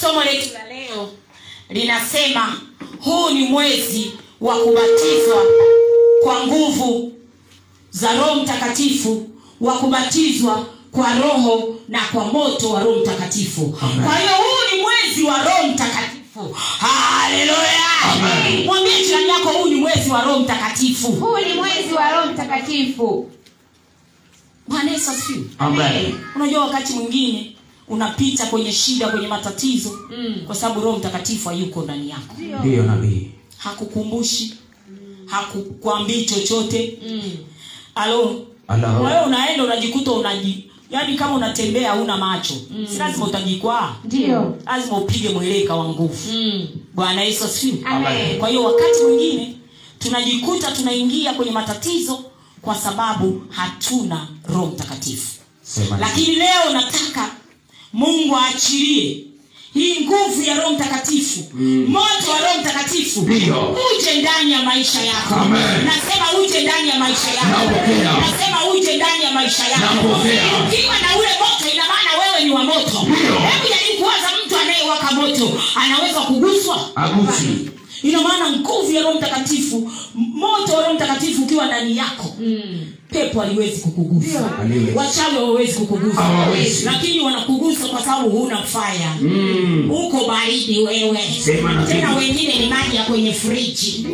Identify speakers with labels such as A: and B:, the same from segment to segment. A: somo letu la leo linasema huu ni mwezi wa kubatizwa kwa nguvu za roho mtakatifu wa kubatizwa kwa roho na kwa moto wa roho mtakatifu kwa hiyo huu ni mwezi wa roho mtakatifu haleluya mwambie jirani yako huu ni mwezi wa roho mtakatifu
B: huu ni mwezi wa roho mtakatifu
A: bwana yesu asifiwe
C: Amen.
A: unajua wakati mwingine unapita kwenye shida kwenye matatizo
B: Mm.
A: kwa sababu roho mtakatifu hayuko ndani yako
C: ndiyo nabii
A: hakukumbushi hakukwambii chochote
B: Mm.
A: alo
C: Alo.
A: wewe unaenda unajikuta unaji yaani kama unatembea una macho mm. si lazima utajikwaa
B: ndio
A: lazima upige mweleka wa nguvu
B: Mm.
A: bwana yesu asifiwe
B: Amen.
A: kwa hiyo wakati mwingine tunajikuta tunaingia kwenye matatizo kwa sababu hatuna roho mtakatifu
C: Sema nabii.
A: lakini leo nataka mungu aachilie hii nguvu ya roho mtakatifu mm. moto wa roho mtakatifu
C: Ndiyo.
A: uje ndani ya maisha yako
C: Amen.
A: nasema uje ndani ya maisha yako
C: Napokea.
A: nasema uje ndani ya maisha yako
C: Napokea.
A: ukiwa na ule moto ina maana wewe ni wa moto
C: Ndiyo.
A: hebu jaribu kuwaza mtu anayewaka moto anaweza kuguswa
C: Agusi.
A: ina maana nguvu ya roho mtakatifu m- moto wa roho mtakatifu ukiwa ndani yako
B: Mm.
A: pepo aliwezi kukugusa
C: Haleluya.
A: wachawi hawawezi kukugusa
C: Hawawezi.
A: lakini wanakugusa kwa sababu huna faya
C: Mm.
A: uko baridi wewe
C: Sema na
A: tena
C: mimi. Mm.
A: wengine ni maji ya kwenye friji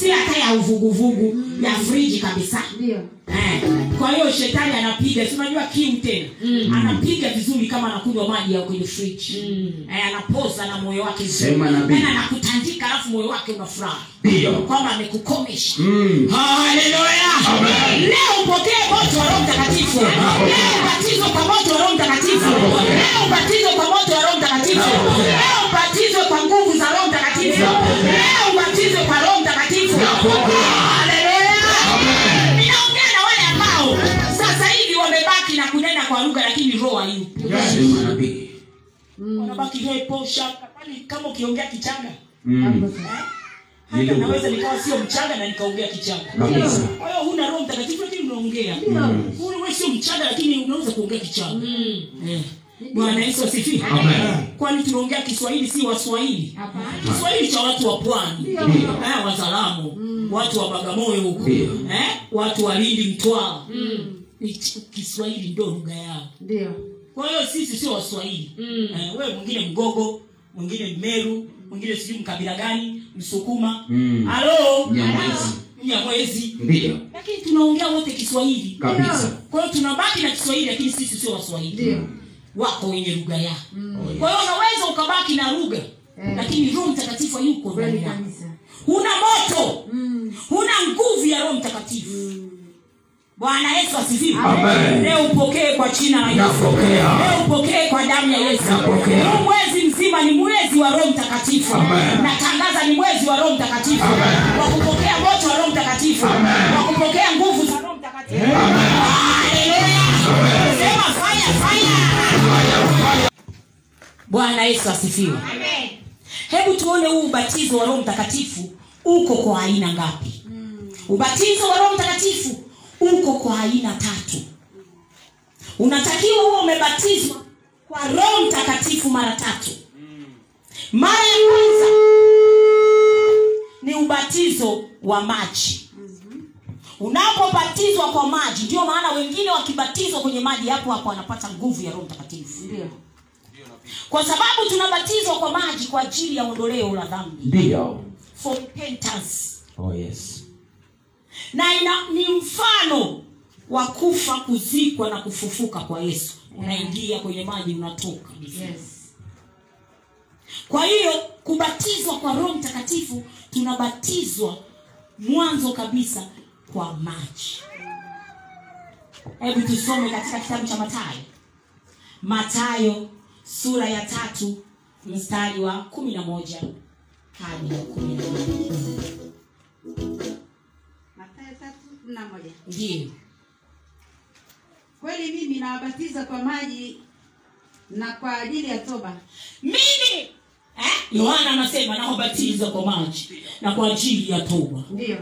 A: si hata ya uvuguvugu ya friji kabisa
B: ndio
A: Eh, kwa hiyo shetani anapiga si unajua kiu tena mm. anapiga vizuri kama anakunywa maji ya kwenye friji
B: Mm.
A: eh, anapoza na moyo wake vizuri.
C: Sema nabii.
A: Tena anakutandika alafu moyo wake unafuraha
C: Ndiyo.
A: kwamba amekukomesha
C: Mm.
A: Haleluya.
C: Amen.
A: Leo upokee moto wa Roho Mtakatifu. Leo ubatizwe kwa moto wa Roho Mtakatifu. Leo ubatizwe kwa moto wa Roho Mtakatifu. Leo ubatizwe kwa nguvu za Roho Mtakatifu. Leo ubatizwe kwa Roho Mtakatifu. Haleluya. Ninaongea na wale ambao sasa hivi wamebaki na kunena kwa lugha lakini roho hayupo.
C: Sema nabii.
A: Wanabaki roho ipo shaka kwani kama ukiongea kichanga
C: Mm.
A: hata naweza nikawa sio mchanga na nikaongea kichanga.
C: Kabisa.
A: Kwa hiyo huna roho mtakatifu lakini unaongea
B: Mm.
A: Wewe wewe sio mchanga lakini unaweza kuongea kichanga
B: Mm.
A: Eh. bwana yesu asifiwe
C: Amen.
A: kwani tunaongea kiswahili si waswahili
B: Hapana.
A: kiswahili cha watu wa pwani
B: Ndio. Mm.
A: Eh, wazalamu watu wa bagamoyo huko
C: Ndio.
A: Eh, watu wa lindi mtwaa
B: Mm.
A: Ni ch- kiswahili ndio lugha yao
B: ndio
A: kwa hiyo sisi sio waswahili
B: Mm.
A: eh, wewe mwingine mgogo mwingine mmeru mwingine sijui mkabila gani msukuma
C: Mm.
A: alo
C: Mnyamwezi.
A: mnyamwezi
C: Ndiyo.
A: lakini tunaongea wote kiswahili
C: Kabisa.
A: kwa hiyo tunabaki na kiswahili lakini sisi sio waswahili
B: Ndio. Mm.
A: wako wenye lugha yao
C: Oh, yeah.
A: kwa hiyo unaweza ukabaki na lugha
B: Eh.
A: lakini roho mtakatifu hayuko ndani
B: kweli
A: yako
B: kabisa
A: huna moto
B: Mm.
A: huna nguvu ya roho mtakatifu bwana yesu asifiwe
C: Amen.
A: leo upokee kwa jina la yesu
C: Napokea.
A: leo upokee kwa damu ya yesu
C: Napokea.
A: huu mwezi mzima ni mwezi wa roho mtakatifu
C: Amen.
A: natangaza ni mwezi wa roho mtakatifu
C: Amen.
A: wa kupokea moto wa roho mtakatifu
C: Amen.
A: wa kupokea nguvu za roho mtakatifu Haleluya. Sema fire, fire. bwana yesu asifiwe
B: Amen.
A: hebu tuone huu ubatizo wa roho mtakatifu uko kwa aina ngapi ubatizo wa roho mtakatifu uko kwa aina tatu unatakiwa huo umebatizwa kwa roho mtakatifu mara tatu mara ya kwanza ni ubatizo wa maji unapobatizwa kwa maji ndio maana wengine wakibatizwa kwenye maji hapo hapo wanapata nguvu ya roho mtakatifu
B: ndio
A: kwa sababu tunabatizwa kwa maji kwa ajili ya ondoleo la dhambi
C: Ndiyo.
A: for repentance
C: Oh, yes.
A: na ina, ni mfano wa kufa kuzikwa na kufufuka kwa yesu unaingia kwenye maji unatoka
B: yes
A: kwa hiyo kubatizwa kwa roho mtakatifu tunabatizwa mwanzo kabisa kwa maji hebu tusome katika kitabu cha matayo matayo sura ya tatu mstari wa kumi na moja hadi wa kumi na nane
D: Mathayo tatu kumi na moja.
A: ndiyo
D: Kweli mimi nawabatiza kwa maji na kwa ajili ya toba,
A: mimi Eh? yohana anasema nawabatiza kwa maji na kwa ajili ya toba
D: ndiyo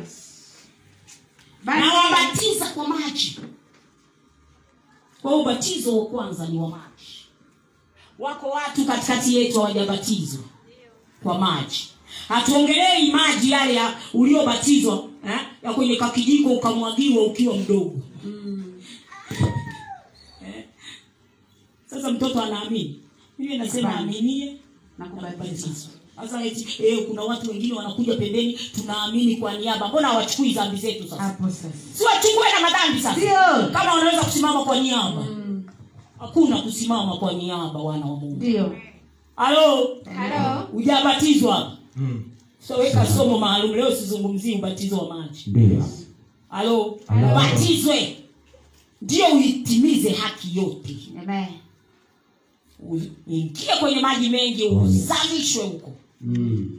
D: bali,
A: nawabatiza kwa maji kwa hiyo ubatizo wa kwanza ni wa maji wako watu katikati yetu hawajabatizwa kwa maji hatuongelei maji yale ya uliobatizwa eh, ya kwenye kakijiko ukamwagiwa ukiwa mdogo
D: Hmm.
A: Eh. sasa mtoto anaamini mimi nasema
D: Hapana.
A: aminie
D: na
A: na
D: kubatizwa
A: kubatizwa. Sasa eti eh, kuna watu wengine wanakuja pembeni, tunaamini kwa niaba. Mbona hawachukui dhambi zetu sasa?
B: hapo sasa
A: Si wachukue na madhambi sasa,
B: ndio
A: kama wanaweza kusimama kwa niaba. Hakuna kusimama kwa niaba, wana wa Mungu.
B: ndio
A: Halo,
B: halo
A: hujabatizwa hapa?
C: Mm.
A: Tutaweka somo maalum leo, sizungumzii ubatizo wa maji.
C: Ndio.
A: Halo,
C: Halo.
A: batizwe ndio uitimize haki yote,
B: Amen.
A: uingie kwenye maji mengi, uzamishwe huko.
C: Mm.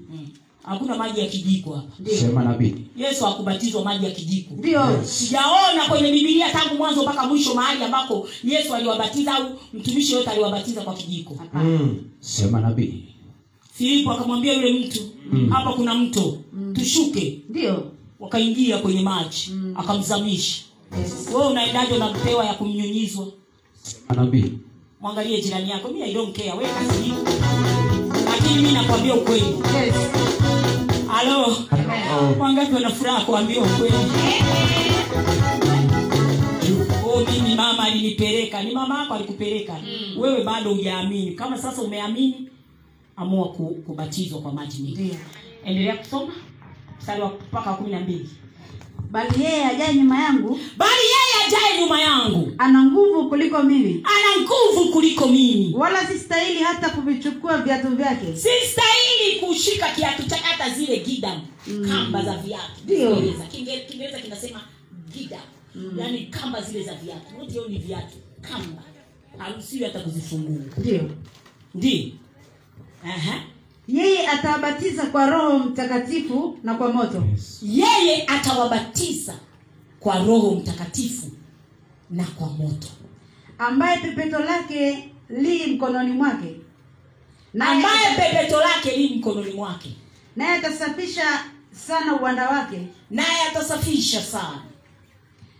A: Mm. Hakuna maji ya kijiko hapa.
C: Sema nabii.
A: yesu hakubatizwa maji ya kijiko
B: ndio
A: sijaona kwenye bibilia tangu mwanzo mpaka mwisho mahali ambako yesu aliwabatiza au mtumishi yote aliwabatiza kwa kijiko
C: Mm. Sema nabii.
A: filipo akamwambia yule mtu
C: Mm.
A: hapa kuna mto tushuke
B: ndio
A: wakaingia kwenye maji akamzamisha wewe unaendaje unampewa ya kumnyunyizwa
C: Sema nabii.
A: mwangalie jirani yako mi i don't care wewe kazi yako lakini mi nakwambia ukweli
B: yes
A: halo
C: Oh.
A: wangapi wana furaha kuambia ukweli Oh, mimi mama alinipeleka ni mama yako alikupeleka mm. wewe bado hujaamini kama sasa umeamini amua ku, kubatizwa kwa maji mengi
B: ndio
A: endelea kusoma mstari wa mpaka wa kumi na mbili
D: bali yeye ajaye nyuma yangu
A: bali yeye ajaye nyuma yangu
D: ana nguvu kuliko mimi
A: ana nguvu kuliko mimi
D: wala sistahili hata kuvichukua viatu vyake
A: sistahili kushika kiatu chake hata zile gidam mm. kamba za viatu
B: Ndio.
A: Kiingereza- kiingereza kinasema gidam mm. yaani kamba zile za viatu wote hiyo ni viatu kamba harusiwi hata kuzifungua
B: ndio
A: ndio Aha.
D: yeye atawabatiza kwa roho mtakatifu na kwa
C: Oh,
D: moto
A: yeye atawabatiza kwa roho mtakatifu na kwa moto
D: ambaye pepeto lake li mkononi mwake naye
A: ambaye pepeto lake li mkononi mwake
D: naye atasafisha sana uwanda wake
A: naye atasafisha sana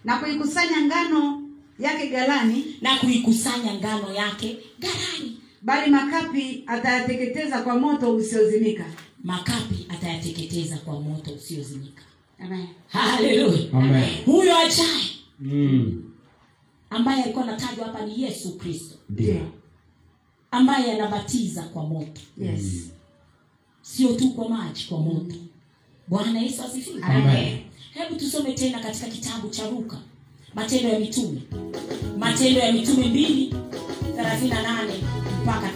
D: na kuikusanya ngano yake galani
A: na kuikusanya ngano yake gharani
D: bali makapi atayateketeza kwa moto usiozimika
A: makapi atayateketeza kwa moto usiozimika
D: Amen.
A: haleluya
C: Amen.
A: huyo ajaye
C: Mm.
A: ambaye alikuwa anatajwa hapa ni yesu kristo
C: Ndio.
A: ambaye anabatiza kwa moto
D: yes
A: sio tu kwa maji kwa moto bwana yesu asifiwe
C: Amen.
A: hebu tusome tena katika kitabu cha luka matendo ya mitume matendo ya mitume mbili 38 mpaka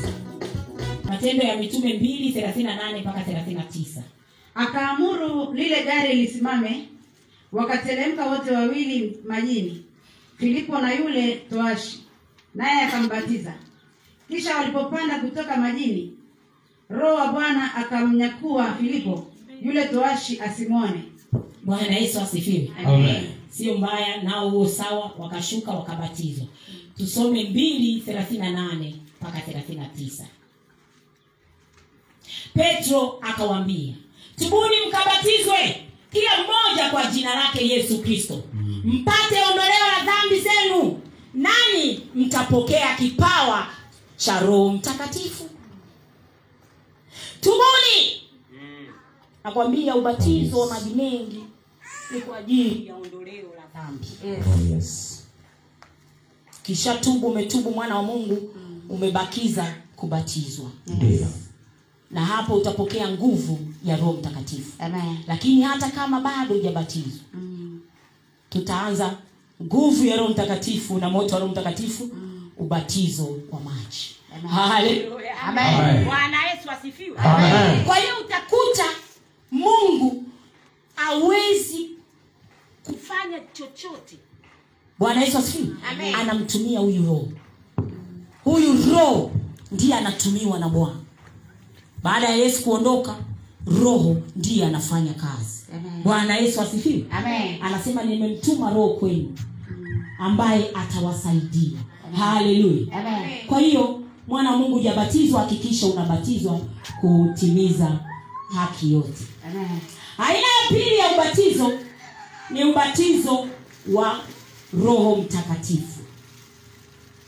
A: 39 matendo ya mitume mbili 38 mpaka 39
D: akaamuru lile gari lisimame wakateremka wote wawili majini filipo na yule toashi naye akambatiza kisha walipopanda kutoka majini roho wa bwana akamnyakua filipo yule toashi asimwone
A: bwana yesu asifiwe
C: Amen.
A: sio mbaya nao huo sawa wakashuka wakabatizwa tusome mbili thelathina nane mpaka thelathina tisa petro akawambia tubuni mkabatizwe kila mmoja kwa jina lake yesu kristo
C: Mm.
A: mpate ondoleo la dhambi zenu nani mtapokea kipawa cha roho mtakatifu tubuni nakwambia ubatizo wa maji mengi ni kwa ajili ya ondoleo la dhambi
C: Oh, yes.
A: kishatubu umetubu mwana wa mungu umebakiza kubatizwa
C: Ndio.
A: na hapo utapokea nguvu ya roho mtakatifu
B: amen
A: lakini hata kama bado hujabatizwa tutaanza nguvu ya roho mtakatifu na moto wa roho mtakatifu ubatizo wa maji Haleluya.
B: amen
A: bwana yesu asifiwe
C: Amen.
A: kwa hiyo utakuta mungu hawezi kufanya chochote bwana yesu asifiwe anamtumia huyu roho huyu roho ndiye anatumiwa na bwana baada ya yesu kuondoka roho ndiye anafanya kazi
B: Amen.
A: bwana yesu asifiwe
B: amen
A: anasema nimemtuma roho kwenu ambaye atawasaidia haleluya
B: amen
A: kwa hiyo mwana wa mungu hujabatizwa hakikisha unabatizwa kutimiza haki yote
B: amen
A: aina ya pili ya ubatizo ni ubatizo wa roho mtakatifu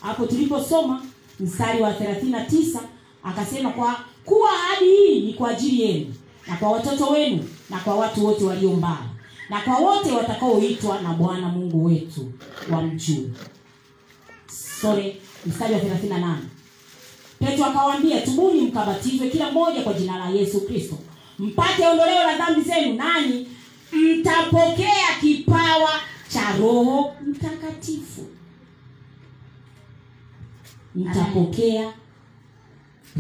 A: hapo tuliposoma mstari wa 39 akasema kwa kuwa ahadi hii ni kwa ajili yenu na kwa watoto wenu na kwa watu wote walio mbali na kwa wote watakaoitwa na bwana mungu wetu wa mjuu sore mstari wa 38 petro akawaambia tubuni mkabatizwe kila mmoja kwa jina la yesu kristo mpate ondoleo la dhambi zenu nanyi mtapokea kipawa cha roho mtakatifu mtapokea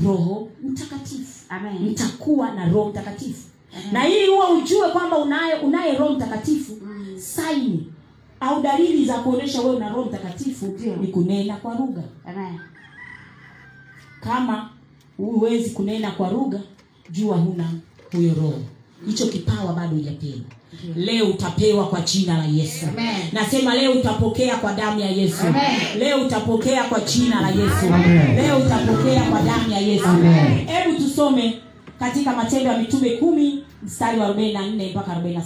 A: roho mtakatifu
B: Amen.
A: mtakuwa na roho mtakatifu
B: Amen.
A: na ili huwa ujue kwamba unaye unaye roho mtakatifu
B: Mm.
A: saini au dalili za kuonyesha wewe una roho mtakatifu
B: Ndio.
A: ni kunena kwa lugha
B: Amen.
A: kama huwezi kunena kwa lugha jua huna huyo roho hicho kipawa bado hujapewa leo utapewa kwa jina la yesu
B: Amen.
A: nasema leo utapokea kwa damu ya yesu
B: Amen.
A: leo utapokea kwa jina la yesu
C: Amen.
A: leo utapokea kwa damu ya yesu
C: Amen.
A: hebu tusome katika matendo ya mitume kumi mstari wa 44 mpaka 46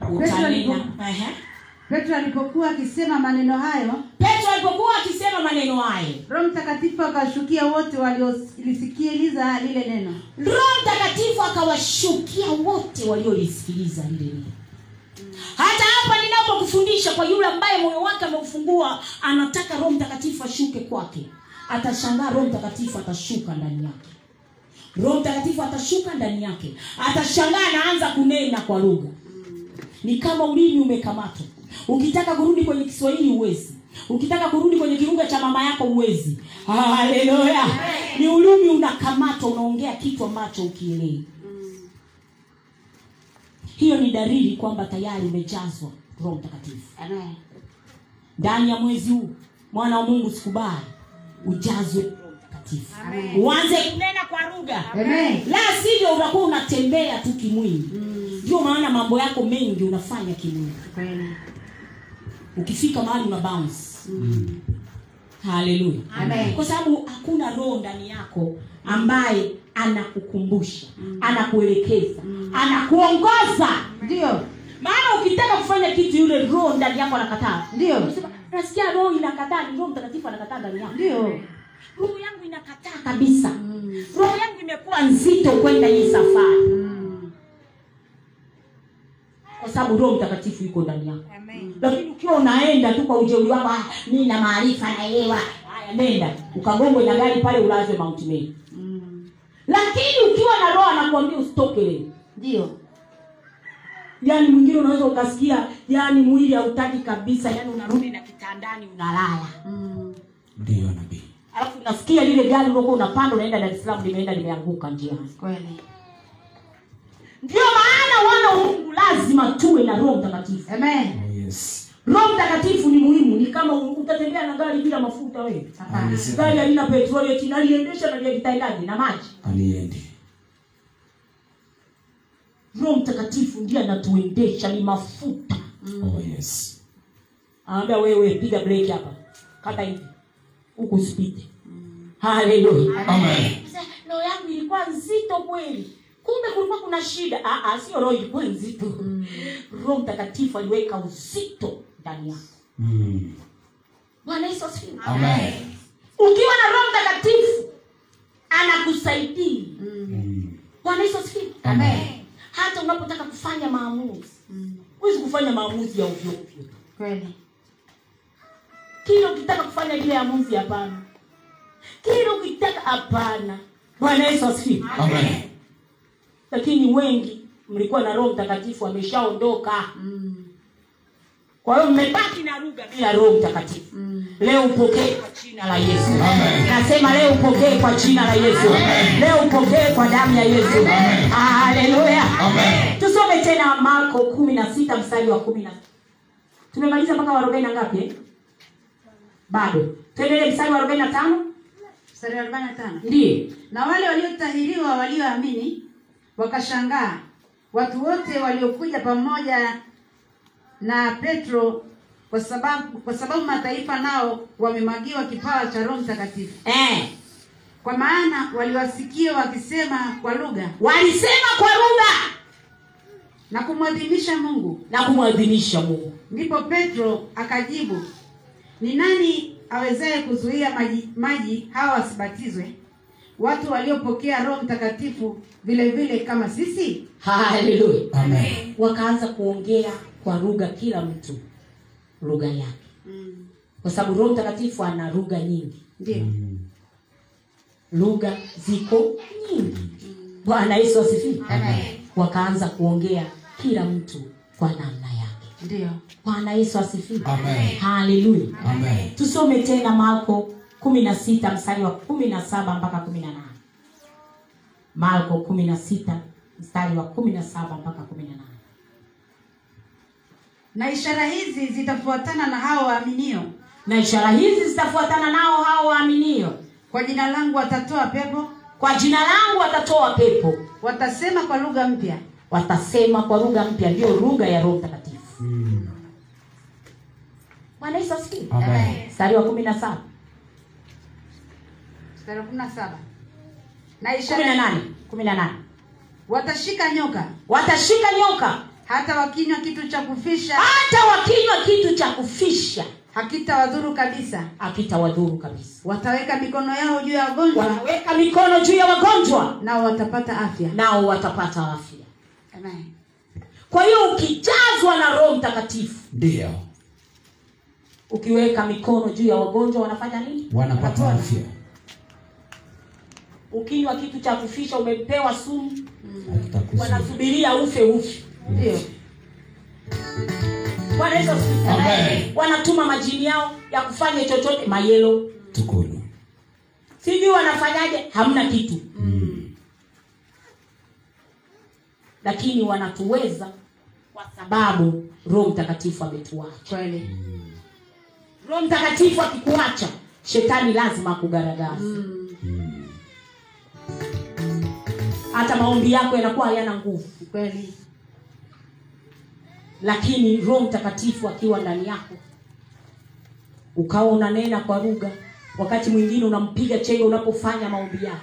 D: Petro
A: utanena
D: alipo-
A: Ehe.
D: petro alipokuwa akisema maneno hayo
A: petro alipokuwa akisema maneno hayo
D: roho mtakatifu akawashukia wote waliolisikiliza lile neno
A: roho mtakatifu akawashukia wote waliolisikiliza lile neno hata hapa ninapokufundisha kwa yule ambaye moyo wake ameufungua anataka roho mtakatifu ashuke kwake atashangaa roho mtakatifu atashuka ndani yake roho mtakatifu atashuka ndani yake atashangaa anaanza kunena kwa lugha ni kama ulimi umekamatwa ukitaka kurudi kwenye kiswahili huwezi ukitaka kurudi kwenye kirunga cha mama yako huwezi haleluya ni ulimi unakamatwa unaongea kitu ambacho ukielewi hiyo ni dalili kwamba tayari umejazwa roho mtakatifu
B: Amen.
A: ndani ya mwezi huu mwana wa mungu sikubali ujazwe roho mtakatifu uanze kunena kwa lugha
D: Amen.
A: la sivyo unakuwa unatembea tu kimwili ndio maana mambo yako mengi unafanya kimwili
D: Kweli.
A: ukifika mahali una bounce haleluya
B: Amen.
A: kwa sababu hakuna roho ndani yako ambaye anakukumbusha anakuelekeza anakuongoza
D: ndio
A: maana ukitaka kufanya kitu yule roho ndani yako anakataa
D: ndio
A: Unasema, nasikia roho inakataa ni roho mtakatifu anakataa ndani yako
D: ndio
A: roho yangu inakataa kabisa roho yangu imekuwa nzito kwenda hii safari kwa sababu roho mtakatifu yuko ndani yako lakini ukiwa unaenda tu kwa ujeuri wako "Ah, mi na maarifa naelewa haya nenda ukagongwe na gari pale ulazwe mount Meru. lakini ukiwa na roho anakuambia usitoke wewe
B: Ndio.
A: yaani mwingine unaweza ukasikia yaani mwili hautaki kabisa yaani unarudi na kitandani unalala
C: ndiyo nabii
A: alafu unasikia lile gari uliokuwa unapanda unaenda dar es salaam limeenda limeanguka njiani
B: Kweli.
A: ndiyo maana wana wa mungu lazima tuwe na roho mtakatifu
D: Amen.
C: Oh, yes
A: roho mtakatifu ni muhimu ni kama utatembea na gari bila mafuta wewe gari
C: Alisema,
A: halina petroli eti naliendesha na litaendaje na maji
C: aliendi
A: roho mtakatifu ndiye anatuendesha ni mafuta
C: oh yes
A: anaambia wewe piga breki hapa kata hivi huku usipite haleluya
C: amen
A: Sasa, roho yangu ilikuwa nzito kweli kumbe kulikuwa kuna shida Ah, ah, sio roho ilikuwa nzito roho mtakatifu aliweka uzito ndani yako
C: Mm.
A: bwana yesu asifiwe
C: amen
A: ukiwa na roho mtakatifu anakusaidia
C: Mm.
A: bwana yesu asifiwe
C: Amen.
A: hata unapotaka kufanya maamuzi huwezi kufanya maamuzi ya ovyo ovyo
B: Kweli.
A: kila ukitaka kufanya ile amuzi hapana kila ukitaka hapana bwana yesu asifiwe
C: amen
A: lakini wengi mlikuwa na roho mtakatifu ameshaondoka kwa hiyo mmebaki na lugha bila roho mtakatifu leo upokee kwa jina la yesu
C: Amen.
A: nasema leo upokee kwa jina la yesu leo upokee kwa damu ya yesu haleluya
C: Amen.
A: tusome tena marko kumi na sita mstari wa kumi na tumemaliza mpaka warobeni na ngapi eh? bado tuendelee mstari wa arobeni na tano
D: mstari wa 45
A: ndiye
D: na wale waliotahiriwa walioamini wakashangaa watu wote waliokuja pamoja na petro kwa sababu kwa sababu mataifa nao wamemwagiwa kipawa cha roho mtakatifu
A: eh.
D: kwa maana waliwasikia wakisema kwa lugha
A: walisema kwa lugha
D: na kumwadhimisha mungu
A: na kumwadhimisha mungu
D: ndipo petro akajibu ni nani awezaye kuzuia maji, maji hawa wasibatizwe watu waliopokea roho mtakatifu vile vile kama sisi
A: haleluya
C: Amen.
A: wakaanza kuongea kwa lugha kila mtu lugha yake kwa sababu roho mtakatifu ana lugha nyingi
D: ndio
C: Mm.
A: lugha ziko nyingi bwana yesu asifiwe wakaanza kuongea kila mtu kwa namna yake
D: ndio
A: bwana yesu asifiwe
C: Amen.
A: haleluya
C: Amen.
A: tusome tena marko kumi na sita mstari wa kumi na saba mpaka kumi na nane marko kumi na sita mstari wa kumi na saba mpaka kumi na nane
D: na ishara hizi zitafuatana na hao waaminio
A: na ishara hizi zitafuatana nao hao waaminio
D: kwa jina langu watatoa pepo
A: kwa jina langu watatoa pepo
D: watasema kwa lugha mpya
A: watasema kwa lugha mpya ndiyo lugha ya roho mtakatifu
C: Mm.
A: bwana yesu asifiwe
C: Amen.
A: mstari wa kumi na saba
D: mstari wa kumi na saba na
A: kumi na
D: ishara
A: nane kumi na nane
D: watashika nyoka
A: watashika nyoka
D: hata wakinywa kitu cha kufisha
A: hata wakinywa kitu cha kufisha
D: hakitawadhuru kabisa
A: akitawadhuru kabisa
D: wataweka mikono yao juu ya wagonjwa
A: wataweka mikono juu ya wagonjwa
D: nao watapata afya
A: nao watapata afya
D: Amen.
A: kwa hiyo ukijazwa na roho mtakatifu
C: Ndio.
A: ukiweka mikono juu ya wagonjwa wanafanya nini
C: Wanapata afya.
A: ukinywa kitu cha kufisha umepewa sumu
C: Akitakusifu.
A: wanasubiria ufe ufe
D: ndio
A: bwana yesu asifiwe.
C: Amen.
A: wanatuma majini yao ya kufanya chochote mayelo
C: Tukulu.
A: sijui wanafanyaje hamna kitu
C: Mm.
A: lakini wanatuweza kwa sababu roho mtakatifu ametuacha
D: kweli
C: Mm.
A: roho mtakatifu akikuacha shetani lazima akugaragaza
D: Mm,
C: Mm.
A: hata maombi yako yanakuwa hayana nguvu
D: kweli
A: lakini roho mtakatifu akiwa ndani yako ukawa unanena kwa lugha wakati mwingine unampiga chenga unapofanya maombi yako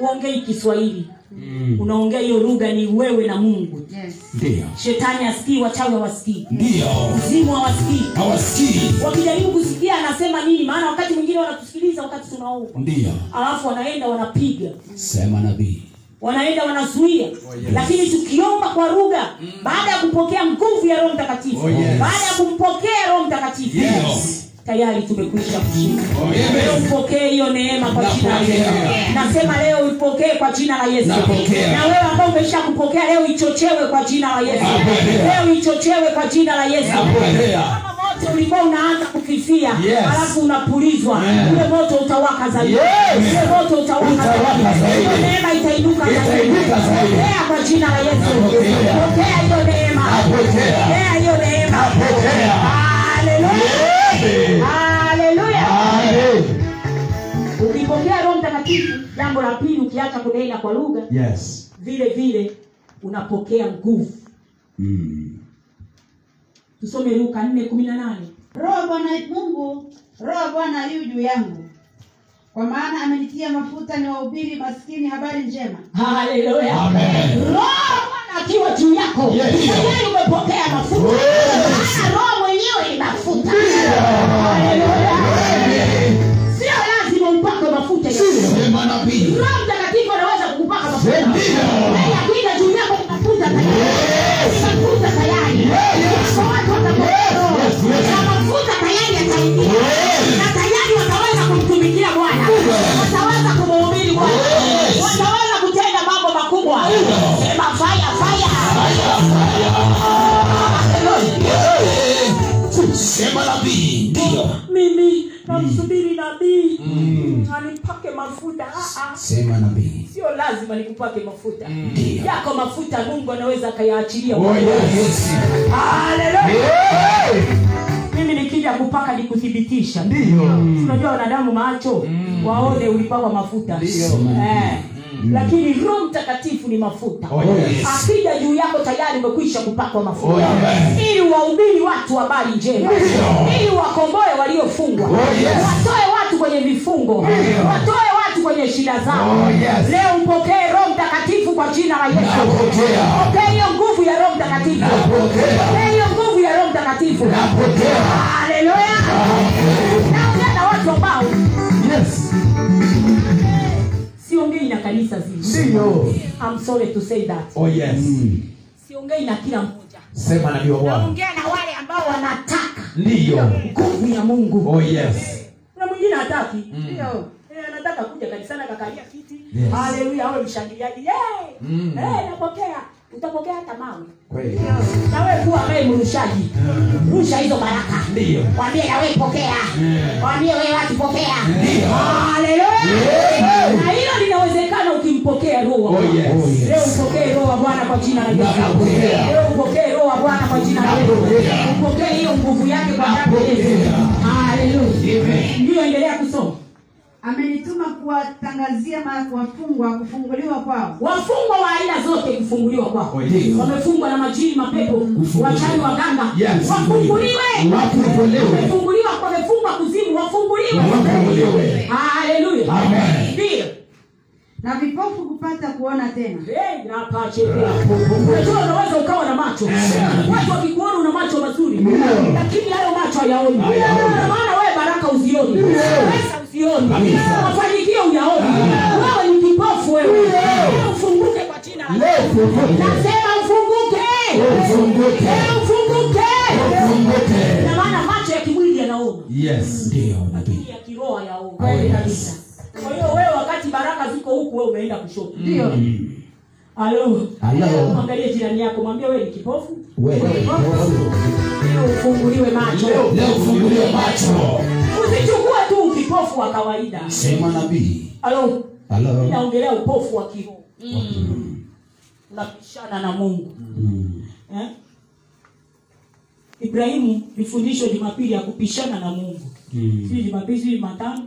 A: uongei kiswahili
C: Mm.
A: unaongea hiyo lugha ni wewe na mungu
D: yes
C: Ndio.
A: shetani asikii wachawi hawasikii
C: Ndio.
A: mzimu hawasikii
C: Hawasikii.
A: wakijaribu kusikia anasema nini maana wakati mwingine wanatusikiliza wakati tunaomba
C: Ndio.
A: alafu wanaenda wanapiga
C: Sema nabii.
A: wanaenda wanazuia oh,
C: yes.
A: lakini tukiomba kwa lugha mm. baada ya kupokea nguvu ya roho mtakatifu
C: Oh, yes.
A: baada ya kumpokea roho mtakatifu
C: Yes.
A: tayari tumekwisha kushinda
C: Oh, yes.
A: leo upokee hiyo neema kwa jina la yesu
C: Napokea.
A: nasema leo uipokee kwa jina la yesu
C: Napokea.
A: na wewe ambao umesha kupokea leo ichochewe kwa jina la yesu
C: Napokea.
A: leo ichochewe kwa jina la yesu
C: Napokea.
A: kama moto ulikuwa unaanza kukifia
C: Yes.
A: alafu unapulizwa
C: Yeah.
A: ule moto utawaka zaidi
C: Yes.
A: ule moto utawaka
C: Utawaka zaidi.
A: Hiyo neema itainuka
C: Itainuka zaidi.
A: pokea kwa jina la yesu
C: Napokea.
A: pokea hiyo neema
C: Napokea.
A: pokea hiyo neema
C: Napokea.
A: haleluya
C: Yeah.
A: haleluya
C: Amen.
A: ukipokea roho mtakatifu jambo la pili ukiacha kunena kwa lugha
C: Yes.
A: vile vile unapokea nguvu
C: Mm.
A: tusome luka nne kumi na nane
D: roho bwana mungu roho bwana yu juu yangu kwa maana amenitia mafuta ni wahubiri maskini habari njema
A: haleluya
C: Amen.
A: roho Bwana akiwa juu yako
C: Yes.
A: tayari umepokea mafuta maana roho mwenyewe ni mafuta Haleluya. sio lazima upakwe mafuta
C: Sema nabii.
A: roho mtakatifu anaweza kukupaka mafuta
C: Ndio.
A: Yeye akiita juu yako ni mafuta tayari mafuta tayari Kwa watu watapokea roho. Na mafuta tayari yataingia na tayari wataweza kumtumikia bwana wataweza kumuhubiri bwana wataweza kutenda mambo makubwa sema faya faya
C: Sema nabii. Ndio.
A: mimi namsubiri nabii
C: Mm.
A: anipake mafuta Ah, ah.
C: Sema nabii.
A: sio lazima nikupake mafuta
C: Ndio.
A: yako mafuta mungu anaweza akayaachilia
C: Oh, yes.
A: Haleluya.
C: Hey.
A: mimi nikija kupaka nikuthibitisha
C: Ndio.
A: unajua wanadamu macho
C: Mm.
A: waone ulipakwa mafuta eh. lakini roho mtakatifu ni mafuta
C: Oh, yes.
A: akija juu yako tayari umekwisha kupakwa
C: Oh,
A: mafuta
C: amen.
A: ili wahubiri watu habari njema
C: Ndio.
A: ili wakomboe waliofungwa
C: Oh, yes.
A: watoe watu kwenye vifungo
C: Ndio.
A: watoe watu kwenye shida zako
C: Oh, yes.
A: leo mpokee roho mtakatifu kwa jina la yesu
C: Napokea.
A: pokea hiyo nguvu ya roho mtakatifu
C: Napokea.
A: pokea hiyo nguvu ya roho mtakatifu
C: Napokea.
A: haleluya naongea na watu ambao
C: Yes.
A: siongei na kanisa zima
C: Ndio.
A: I'm sorry to say that
C: Oh yes.
A: siongei na kila mmoja
C: Sema nabii wa Bwana.
A: naongea na wale ambao wanataka
C: Ndio.
A: nguvu ya mungu
C: Oh yes.
A: na mwingine hataki
D: ndio
A: Eh, anataka kuja kanisani akakalia kiti
C: Mm. Yes.
A: haleluya awe mshangiliaji Yay!
C: Mm.
A: Eh, napokea utapokea hata mawe
C: Kweli.
A: nawe kuwa ambaye mrushaji rusha hizo baraka
C: Hmm. Ndio.
A: mwambie nawe pokea
C: Yeah.
A: mwambie wewe watu pokea
C: Ndio.
A: haleluya na hilo linawezekana ukimpokea roho wa
C: Oh,
A: Bwana.
C: yes. Oh, yes.
A: leo upokee roho wa bwana kwa jina la yesu
C: Napokea.
A: leo upokee roho wa bwana kwa jina la yesu
C: Napokea.
A: upokee hiyo nguvu yake kwa damu ya yesu
C: Napokea.
A: haleluya
C: Amen.
A: ndiyo endelea kusoma
D: amenituma kuwatangazia ma- wafungwa kufunguliwa kwao
A: wafungwa wa aina zote kufunguliwa kwao
C: Oh, Yes.
A: wamefungwa na majini mapepo wachawi waganga
C: Yes.
A: wafunguliwe
C: Wafunguliwe.
A: wamefunguliwa wamefungwa kuzimu wafunguliwe
C: Wafunguliwe.
A: haleluya
C: Amen.
A: ndio
D: na vipofu kupata kuona tena
A: Eh, na pache pia. unajua unaweza ukawa na macho watu wakikuona una macho mazuri lakini hayo macho hayaoni
C: Hayaoni.
A: Ndio maana wewe baraka uzioni pesa uzioni
C: Kabisa.
A: mafanikio uyaoni wewe ni kipofu wewe Leo ufunguke kwa jina la
C: Leo funguke.
A: nasema ufunguke
C: Ufunguke.
A: Eh, ufunguke
C: Funguke.
A: na maana macho ya kimwili yanaona
C: Yes. Ndio nabii.
A: ya kiroho yanaona
C: Yes.
A: kabisa kwa hiyo wewe wakati baraka ziko huku wewe unaenda kushoto
D: ndio
C: Mm.
A: Halo.
C: Halo.
A: Mwangalie jirani yako, mwambie wewe ni kipofu.
C: Wewe.
A: Leo ufunguliwe macho.
C: Leo funguliwe macho.
A: Usichukue tu ukipofu wa kawaida.
C: Sema nabii.
A: Halo.
C: Halo.
A: Naongelea upofu wa kiroho. Unapishana na Mungu.
C: Mm.
A: Eh? Ibrahimu nifundisho Jumapili ya kupishana na Mungu.
C: Mm.
A: Si Jumapili si Jumatano.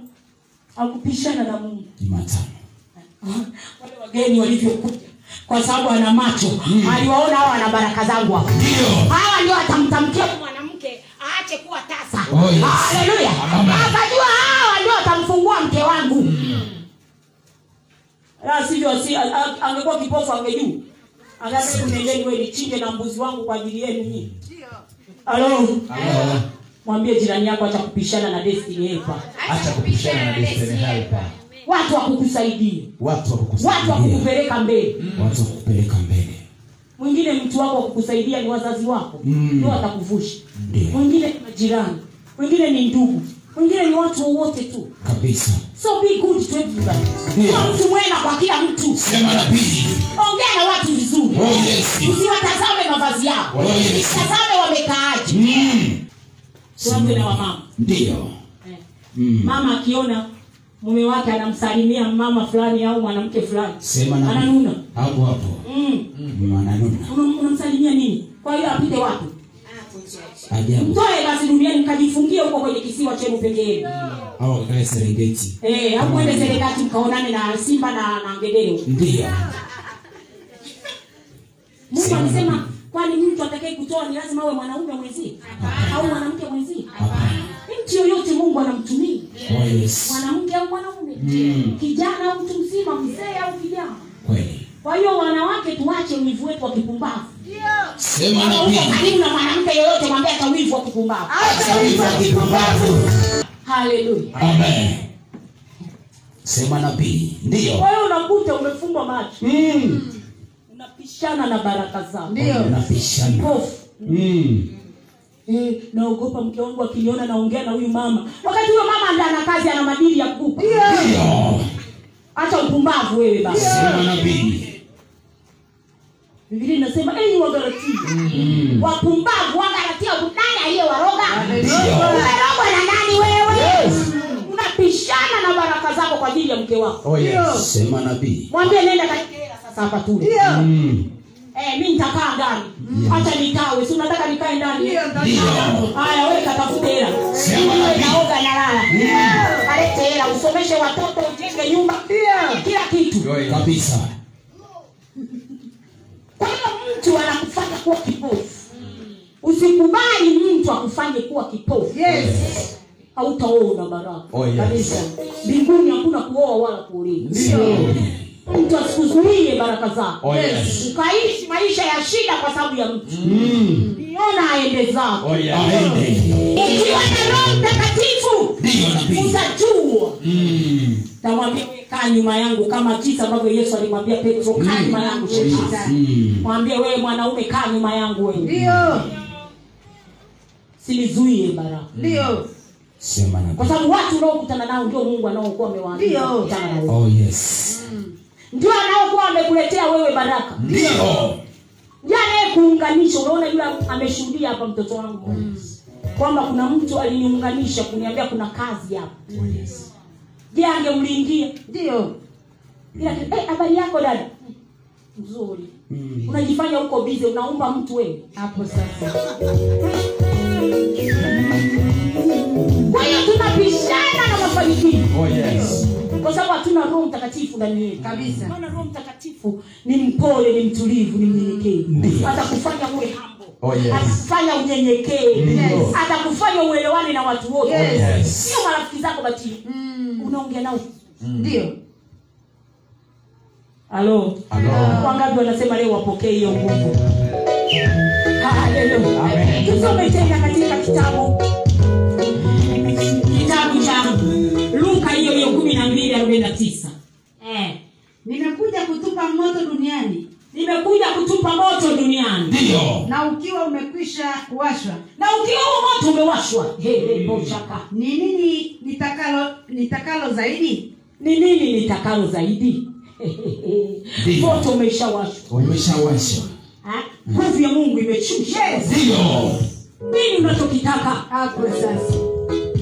A: Hakupishana na Mungu.
C: Jumatano.
A: Wale wageni walivyokuja kwa sababu ana macho. Aliwaona hawa ana baraka zangu hapa.
C: Hmm. Ndio.
A: hawa ndio atamtamkia huyu mwanamke aache kuwa tasa
C: Oh, yes.
A: haleluya
C: Amen. Hmm.
A: akajua hawa ndio atamfungua mke wangu la sivyo si a- a- angekuwa kipofu angejuu angapi nendeni wewe nichinje na mbuzi wangu kwa ajili yenu nyinyi halo
C: Halo.
A: mwambie jirani yako acha kupishana na destiny hapa
C: Acha kupishana na destiny helper.
A: watu wakukusaidie
C: Watu
A: watu
C: wakukusaidia.
A: wakukupeleka mbele
C: Watu wakupeleka mbele.
A: mwingine mtu wako wakukusaidia ni wazazi wako
C: Mm.
A: ndio atakuvusha
C: Ndio.
A: mwingine ni majirani mwingine ni ndugu mwingine ni watu wowote tu
C: Kabisa.
A: so be good to everybody
C: Yeah.
A: Kuwa mtu mwema kwa kila mtu
C: Sema nabii.
A: ongea na watu vizuri
C: Oh, yes.
A: usiwatazame mavazi yao
C: Oh, yes.
A: tazame wamekaaji
C: Mm.
A: tuanze na wamama
C: Ndio.
A: Eh.
C: Mm.
A: mama akiona mume wake anamsalimia mama fulani au mwanamke fulani
C: Sema nabii.
A: ananuna
C: Hapo hapo.
A: mm.
C: Mm, Ananuna.
A: Unam- unamsalimia nini kwa hiyo apite wapi
C: Ajabu.
A: mtoe basi duniani mkajifungie huko kwenye kisiwa chenu peke yenu
C: Au wakae Serengeti.
A: Eh, hapo ende serikali mkaonane na simba na na ngedeo
C: Ndio.
A: mungu
C: Sema
A: alisema
C: nini?
A: kwani mtu atakaye kutoa ni lazima awe mwanaume mwenzie au mwanamke mwenzie mtu yoyote mungu anamtumia
C: Oh, yes.
A: mwanamke au mwanaume
C: Mm.
A: kijana au mtu mzima mzee au kijana
C: Kweli.
A: kwa hiyo wanawake tuache wivu wetu wa kipumbavu
C: Sema
A: Kama
C: nabii.
A: uko karibu na mwanamke yoyote mwambie hata wivu wa kipumbavu
C: Acha wivu wa kipumbavu.
A: haleluya
C: Amen. Sema nabii. Ndio.
A: kwa hiyo unakuta umefungwa macho
C: Mm.
A: unapishana na baraka zao
D: ndio
C: Unapishana.
A: Pofu.
C: Mm.
A: Eh, naogopa mke wangu akiniona naongea na huyu mama wakati huyo mama ndo ana kazi ana madili ya kukupa
C: Ndio.
A: hata upumbavu wewe basi
C: Sema nabii.
A: bibilia inasema enyi wagalatia wapumbavu wagalatia nani aliyewaroga umerogwa na nani wewe unapishana na baraka zako kwa ajili ya mke wako
C: Oh, yes. Sema nabii.
A: mwambie nenda katika hela sasa hapa tule
C: Mm.
A: eh, mi nitakaa ndani hata nikawe si unataka nikae ndani
C: Ndio.
A: haya wewe katafute hela
C: Sema
A: Wewe
C: nabii.
A: naoga na
C: Mm.
A: lala kalete hela usomeshe watoto ujenge nyumba kila kitu
C: Kabisa.
A: kwa hiyo mtu anakufanya kuwa kipofu usikubali mtu akufanye kuwa kipofu
D: yes
A: hautaoa una baraka
C: Oh, yes.
A: kabisa mbinguni hakuna kuoa wala kuolewa mtu asikuzuie baraka zako
C: Oh, yes.
A: ukaishi maisha ya shida kwa sababu ya mtu
C: Mm.
A: niona aende zako
C: Oh, yeah. Aende.
A: ukiwa na roho mtakatifu
C: Ndio nabii.
A: utajua
C: Mm.
A: tamwambia "Wewe kaa nyuma yangu kama jinsi ambavyo yesu alimwambia petro kaa nyuma yangu shetani
C: Mm.
A: mwambie wewe mwanaume kaa nyuma yangu wewe
D: ndio
A: sinizuie baraka
D: ndio
C: Sema
A: kwa
C: nabii.
A: sababu watu unaokutana nao ndio mungu anaokuwa amewaambia
D: Ndio.
A: kukutana na wewe.
C: Oh, yes.
A: ndio anaokuwa amekuletea wewe baraka
C: Mm. Ndio.
A: ndiye anayekuunganisha unaona yule ameshuhudia hapa mtoto wangu kwamba kuna mtu aliniunganisha kuniambia kuna kazi hapa
C: Oh, yes.
A: je angemlingia
D: ndio
A: ila "Eh, habari yako dada mzuri
C: Mm.
A: unajifanya huko bize unaumba mtu wewe
D: hapo sasa
A: kwa hiyo tunapishana na mafanikio
C: Oh, yes.
A: kwa sababu hatuna roho mtakatifu ndani yetu
D: kabisa
A: maana roho mtakatifu ni mpole ni mtulivu ni mnyenyekevu
C: Ndiyo.
A: atakufanya uwe hambo
C: Oh, yes.
A: atakufanya unyenyekee
C: Ndiyo.
A: atakufanya uelewani na watu wote
D: Yes.
C: Oh, Yes.
A: sio marafiki zako batili
D: Mm,
A: unaongea nao
D: ndio
A: halo Ah,
C: Hello.
A: wangapi wanasema leo wapokee hiyo nguvu Ah, Haleluya.
C: Amen.
A: tusome tena katika kitabu kitabu cha luka hiyo hiyo kumi na mbili arobaini na tisa eh.
D: nimekuja kutupa moto duniani
A: nimekuja kutupa moto duniani
C: Ndio.
D: na ukiwa umekwisha kuwashwa
A: na ukiwa huo moto umewashwa heleboshaka
D: ni nini nitakalo nitakalo zaidi
A: ni nini nitakalo zaidi
C: Ndiyo.
A: moto umeshawashwa
C: Umeshawasha.
A: Ah, nguvu ya mungu imechusha
C: Ndio.
A: nini unachokitaka
D: hapo sasa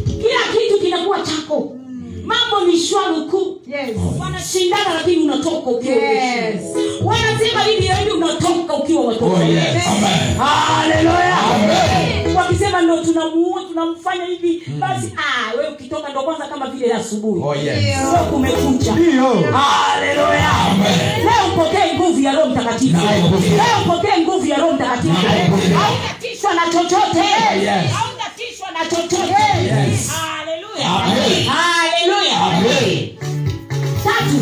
A: kila kitu kinakuwa chako mambo ni shwaluku
D: yes
A: Oh, wanashindana lakini unatoka ukiwa
D: Yes.
A: umeshinda. wanasema hivi yaani unatoka ukiwa watoto
C: Oh, yes. Amen.
A: Haleluya. wakisema ndo tunamuua tunamfanya hivi basi ah, wewe ukitoka ndo kwanza kama vile asubuhi
C: Mm. Oh, yes.
A: Sio kumekucha Haleluya.
C: Amen.
A: leo mpokee nguvu ya roho mtakatifu
C: Naam, mpokee.
A: leo mpokee nguvu ya roho mtakatifu
C: Naam, mpokee.
A: hautatishwa na chochote
C: Yes.
A: hautatishwa na chochote
C: Yes.
A: Haleluya.
C: Amen.
A: Haleluya.
C: Amen.
A: tatu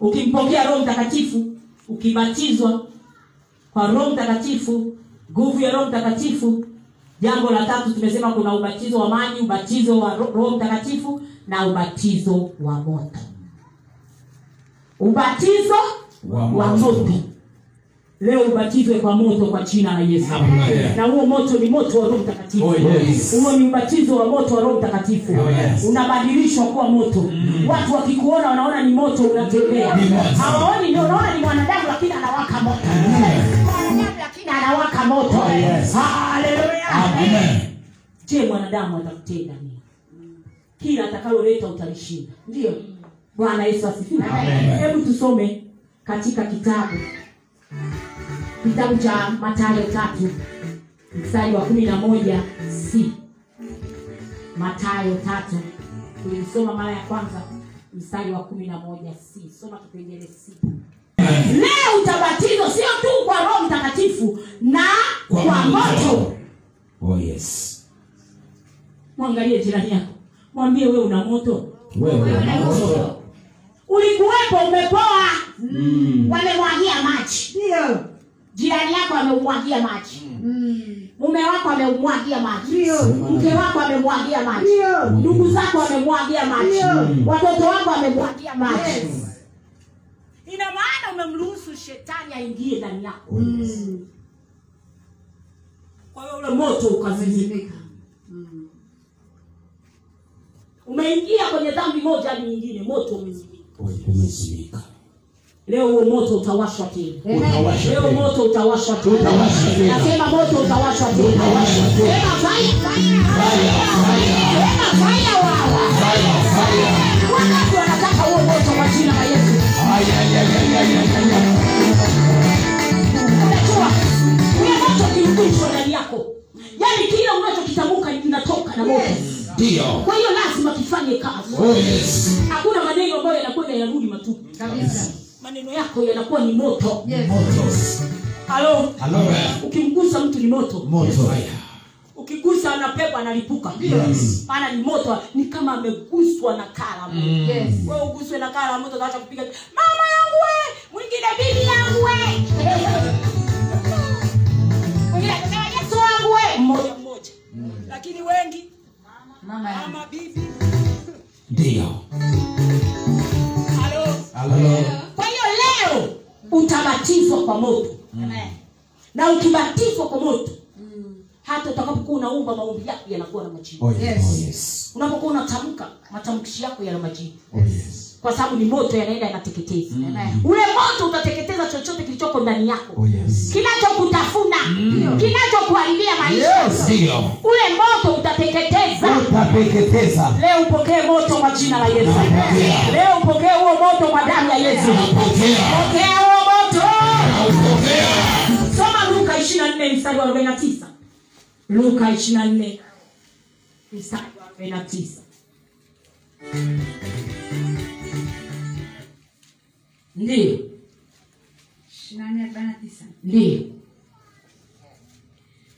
A: ukimpokea roho mtakatifu ukibatizwa kwa roho mtakatifu nguvu ya roho mtakatifu jambo la tatu tumesema kuna ubatizo wa maji ubatizo wa Ro- roho mtakatifu na ubatizo wa moto ubatizo
C: Wa
A: wa moto leo ubatizwe kwa moto kwa jina la yesu
C: Amen.
A: na huo moto ni moto wa roho mtakatifu
C: Oh, yes.
A: huo ni ubatizo wa moto wa roho mtakatifu
C: Oh, yes.
A: unabadilishwa kuwa moto watu wakikuona wanaona ni moto unatembea
C: Mm. Ni moto.
A: hawaoni ni- unaona ni mwanadamu lakini anawaka moto Mwanadamu lakini anawaka moto
C: Oh, yes.
A: Hallelujah.
C: Amen.
A: je mwanadamu atakutenda nini kila atakaloleta utalishinda
D: ndio
A: bwana yesu asifiwe
C: Amen.
A: hebu tusome katika kitabu kitabu cha matayo tatu mstari wa kumi na moja c matayo tatu tulisoma mara ya kwanza mstari wa kumi na moja c soma kipengele c leo utabatizwa sio tu kwa roho mtakatifu na kwa, kwa moto
C: Oh, yes.
A: mwangalie jirani yako mwambie wewe una moto
C: Wewe una moto.
A: ulikuwepo umepoa
C: Mm.
A: wamemwagia maji
D: ndio
A: jirani yako ameumwagia maji
D: Mm,
A: mume wako amemwagia maji
D: ndio
A: mke wako amemwagia maji
D: ndio
C: Oh,
A: ndugu zako amemwagia maji
D: Ndio.
A: watoto wako amemwagia maji
D: Yes.
A: ina maana umemruhusu shetani aingie ndani yako
C: Oh, yes.
A: kwa hiyo ule moto ukazimika umeingia kwenye dhambi moja hadi nyingine moto umezimika
C: Umezimika.
A: leo huo moto utawashwa tena
C: Utawasha
A: leo
C: tena.
A: moto utawashwa
C: Utawashwa
A: tena
C: tena.
A: nasema moto utawashwa tena
C: Utawashwa tena.
A: Sema fire, fire,
C: Fire, fire,
A: sema fire wawa
C: fire, fire.
A: wangapi wanataka huo moto kwa jina la yesu
C: Ay, ay, ay, ay, ay, ay, ay.
A: unajua huyo moto ukirudishwa ndani yako yaani kila unachokitamka kinatoka na moto
C: Ndio.
A: kwa hiyo lazima kifanye kazi
C: Oh, yes.
A: hakuna maneno ambayo yanakwenda yarudi matupu
D: kabisa
A: maneno yako yanakuwa ni moto
D: yes
C: Moto.
A: halo
C: Hello. eh?
A: ukimgusa mtu ni moto
C: Moto. Fire.
A: ukigusa kabisa na pepo analipuka
C: Yes.
A: maana ni moto ni kama ameguswa na kala
C: Mm.
E: Yes.
A: we uguswe na kala moto utaacha kupiga mama yangu we mwingine bibi yangu we mwingine atasema yesu wangu we mmoja mmoja
C: Mm.
A: lakini wengi
E: Mama yangu.
A: mama bibi
C: Ndio.
A: halo
C: Halo.
A: kwa hiyo leo utabatizwa kwa moto
C: Mm.
A: na ukibatizwa kwa moto hata utakapokuwa unaumba maombi yako yanakuwa na majibu
C: Oh, yes.
E: Yes.
C: Oh, yes.
A: unapokuwa unatamka matamkishi yako yana majibu
C: Oh, yes. Mm.
A: kwa sababu ni moto yanaenda yanateketeza
E: Amen.
A: ule moto utateketeza chochote kilichoko ndani yako
C: Oh, yes.
A: kinachokutafuna
C: Mm.
A: kinachokuharibia maisha
C: Ndio.
A: ule moto utateketeza
C: Utateketeza.
A: leo upokee moto kwa jina la yesu
C: Napokea.
A: leo upokee huo moto kwa damu ya yesu
C: Napokea.
A: pokea huo moto
C: Naupokea.
A: soma luka 24 mstari wa 49 luka 24 mstari wa 49 ndiyo
D: ishirini na nne arobaini na tisa
A: ndiyo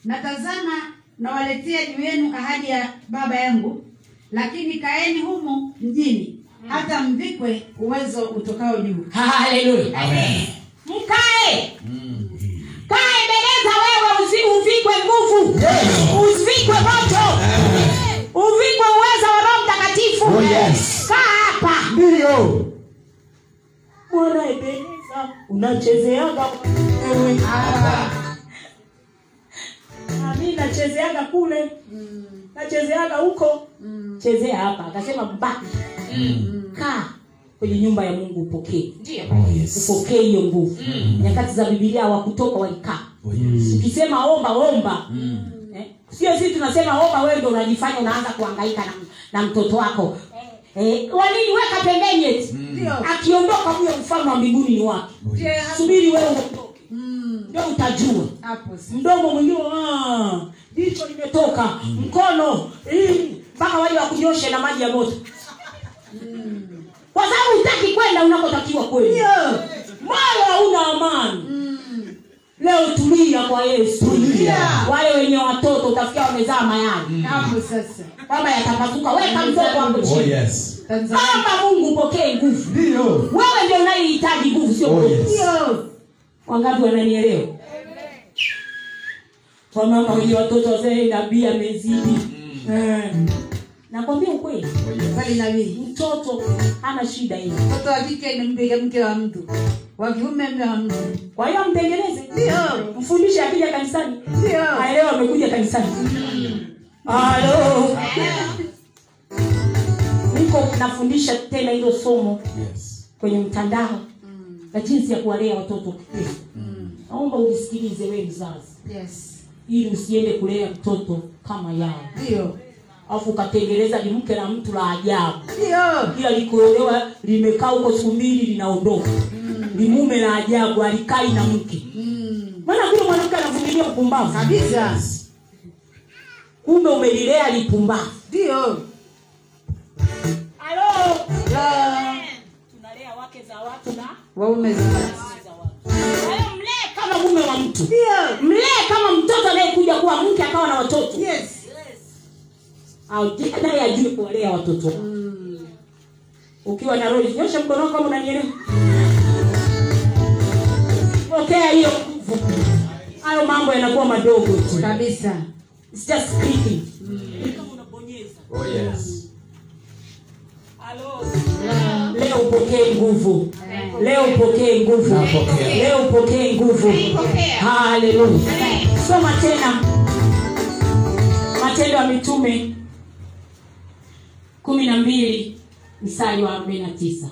D: natazama nawaletea juu yenu ahadi ya baba yangu lakini kaeni humu mjini hata mvikwe uwezo utokao juu
A: haleluya
C: Amen.
A: mkae
C: Mm.
A: kae beleza wewe uzi- uvikwe nguvu uvikwe moto uvikwe uwezo wa roho mtakatifu
C: Oh, yes.
A: kaa hapa
C: Ndio.
A: bwana ebeneza unachezeaga wewe Na mi nachezeaga kule nachezeaga huko chezea hapa akasema mbaki Mm.
C: Mm.
A: kaa kwenye nyumba ya mungu upokee
C: Oh, yes.
A: upokee hiyo nguvu
C: Mm.
A: nyakati za bibilia wakutoka walikaa
C: Oh, yes.
A: ukisema omba omba
C: Mm.
A: Eh, sio sisi tunasema omba wewe ndo unajifanya unaanza kuhangaika na, na mtoto wako eh, wanini weka pembeni eti
D: Hmm.
A: akiondoka huyo mfalme wa mbinguni ni wake
C: Oh,
A: subiri wewe uondoke ndio utajua
D: Hmm, hapo si-
A: mdomo mwingine "Ah, jicho limetoka
C: Mm.
A: mkono hii, mpaka waje wakunyoshe na maji ya moto kwa sababu hutaki kwenda unakotakiwa kweli moyo hauna amani
C: Mm.
A: leo tulia kwa yesu wale wenye watoto utafikia wamezaa mayai
D: hapo sasa
A: kwamba yatapasuka weka mtoto wako
C: Oh,
A: chini
C: yes.
D: tanzania
A: omba mungu upokee nguvu
C: Ndio.
A: wewe ndio unayehitaji nguvu sio
C: Oh,
A: Mungu.
C: yes.
A: wangapi wananielewa wamama wenye watoto wasee nabii amezidi
D: Mm.
A: Eh. nakwambia ukweli
C: Oh, yes.
D: bali nabii
A: mtoto ana shida hii
D: mtoto wa kike ni mbe- mke wa mtu wa kiume mme wa mtu
A: kwa hiyo mtengeneze
D: Ndio.
A: mfundishe akija kanisani
D: Ndio. Mm.
A: aelewa amekuja kanisani halo niko nafundisha tena hilo somo
C: Yes.
A: kwenye mtandao
D: Mm.
A: na jinsi ya kuwalea watoto kikristo naomba unisikilize wewe mzazi
D: yes
A: ili usiende kulea mtoto kama yao
D: ndio
A: alafu ukatengeleza ni mke na mtu la ajabu
D: ndio
A: ila likuolewa limekaa huko siku mbili linaondoka ni mume la ajabu alikai na mke maana huyo mwanamke anavumilia upumbavu
D: Hmm. kabisa
A: kumbe umelilea lipumbavu
D: ndio
A: halo
D: La-
A: tunalea wake za watu na
D: waume zina-
A: za watu kwa hiyo mlee kama mume wa mtu
D: ndio
A: mlee kama mtoto anayekuja kuwa mke akawa na watoto
D: yes
A: au je- naye ajue kuwalea watoto ukiwa na roli nyosha mkono wako kama unanielewa pokea hiyo nguvu hayo mambo yanakuwa madogo tu
D: kabisa
A: It's just speaking Ni kama unabonyeza
C: Oh, yes.
A: leo upokee nguvu leo upokee nguvu
C: Napokea.
A: leo upokee nguvu haleluya soma tena matendo ya mitume kumi na mbili msali wa arobaini na tisa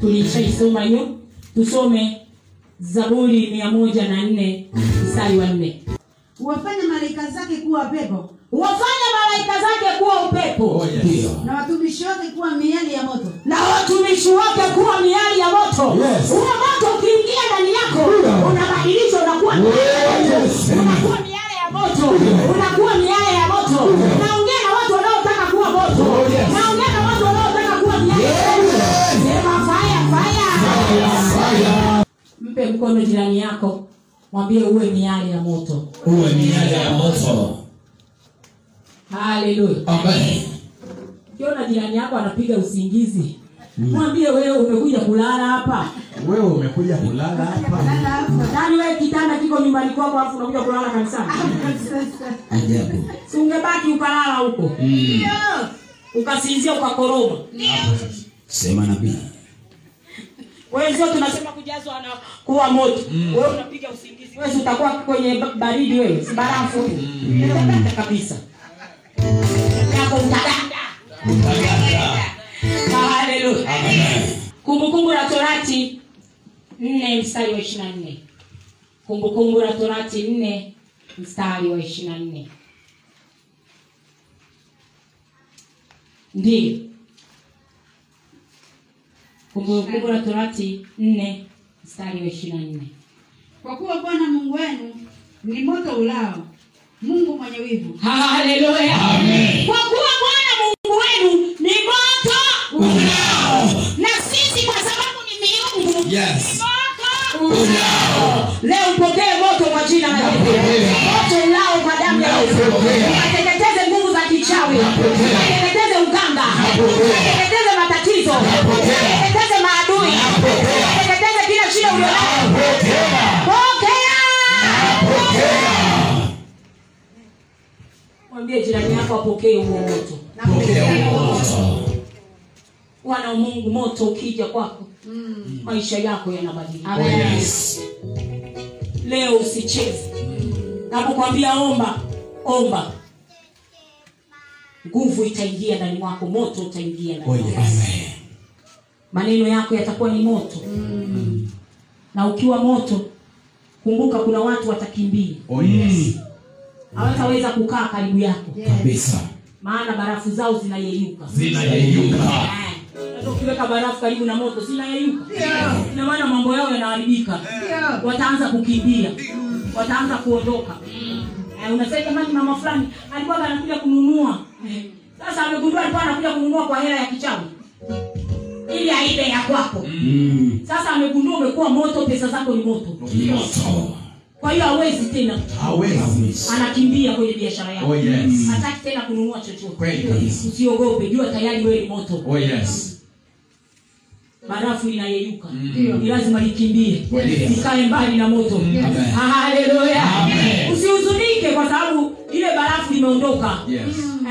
A: tulishaisoma hiyo tusome zaburi mia moja na nne msali wa nne
D: huwafanya malaika zake kuwa pepo
A: wafanye malaika zake kuwa upepo
C: Oh, yes.
D: na watumishi wake kuwa miali ya moto
A: na watumishi wake kuwa miali ya moto
C: Yes.
A: huo moto ukiingia ndani yako
C: Ndio.
A: unabadilisha unakuwa
C: Oh, yes.
A: unakuwa miale ya moto unakuwa miale ya moto naongea na watu wanaotaka kuwa moto
C: Oh, yes.
A: naongea na watu wanaotaka kuwa miale ya moto
C: Yes.
A: sema fire fire
C: Fire.
A: mpe mkono jirani yako mwambie uwe miale ya moto
C: uwe miale ya moto
A: haleluya
C: Amen.
A: ukiona jirani yako anapiga usingizi
C: Mm.
A: mwambie wewe umekuja kulala hapa
C: wewe umekuja kulala hapa
A: nani wewe kitanda kiko nyumbani kwako alafu unakuja kulala kanisani
C: ajabu
A: si ungebaki ukalala huko
C: Mm.
A: ukasinzia ukakoroma
C: sema nabii
A: wenzio tunasema kujazwa na kuwa moto wewe unapiga usingizi wewe si utakuwa kwenye ba- baridi wewe si barafu Utaganda kabisa yako utaganda Ah, haleluya kumbukumbu la torati nne mstari wa ishirina nne kumbukumbu la torati nne mstari wa ishirina nne ndiyo kumbukumbu la torati nne mstari wa ishirina nne
D: kwa kuwa bwana mungu wenu ni moto ulao mungu mwenye wivu
A: haleluya kwa kuwa bwana mungu wenu ni moto
C: Unao.
A: na sisi kwa sababu ni miungu
C: Yes.
A: moto leo mpokee moto kwa jina la Yesu.
C: Napokea.
A: moto ulao kwa damu ya Yesu
C: Napokea.
A: ukateketeze nguvu za kichawi
C: Napokea.
A: ukateketeze uganga
C: Napokea.
A: ukateketeze matatizo
C: Napokea.
A: ukateketeze maadui
C: Napokea.
A: ukateketeze kila shida ulionayo
C: Pokea.
A: pokea
C: Pokea.
A: mwambie jirani yako apokee huo moto
C: Pokea huo moto.
A: wana wa mungu moto ukija kwako mm. maisha yako yanabadilika
C: Oh Yes.
A: leo usicheze napokwambia omba omba nguvu itaingia ndani mwako moto utaingia ndani
C: Oh,
A: mwako.
C: yes.
A: maneno yako yatakuwa ni moto
C: Mm.
A: na ukiwa moto kumbuka kuna watu watakimbia
C: Oh, yes.
A: hawataweza kukaa karibu yako
C: kabisa
A: maana barafu zao zinayeyuka
C: zinayeyuka
A: Eh, sasa ukiweka barafu karibu na moto zinayeyuka ina maana mambo yao yanaharibika wataanza kukimbia
C: Mm.
A: wataanza kuondoka Eh, unasema jamani mama fulani alikuwa anakuja kununua
C: Mm.
A: sasa amegundua alikuwa anakuja kununua kwa hela ya kichawi ili aibe ya kwako
C: Mm.
A: sasa amegundua umekuwa moto pesa zako ni moto
C: moto
A: kwa hiyo hawezi tena
C: hawezi
A: anakimbia kwenye biashara yako
C: Oh, yes.
A: hataki tena kununua chochote
C: Kweli kabisa.
A: usiogope jua tayari wewe ni moto
C: Oh, yes.
A: barafu inayeyuka
C: Mm.
A: ni lazima ikimbie
C: Yes.
A: ikae mbali na moto
C: Amen.
A: haleluya
C: Amen.
A: usihuzunike kwa sababu ile barafu limeondoka
C: Yes.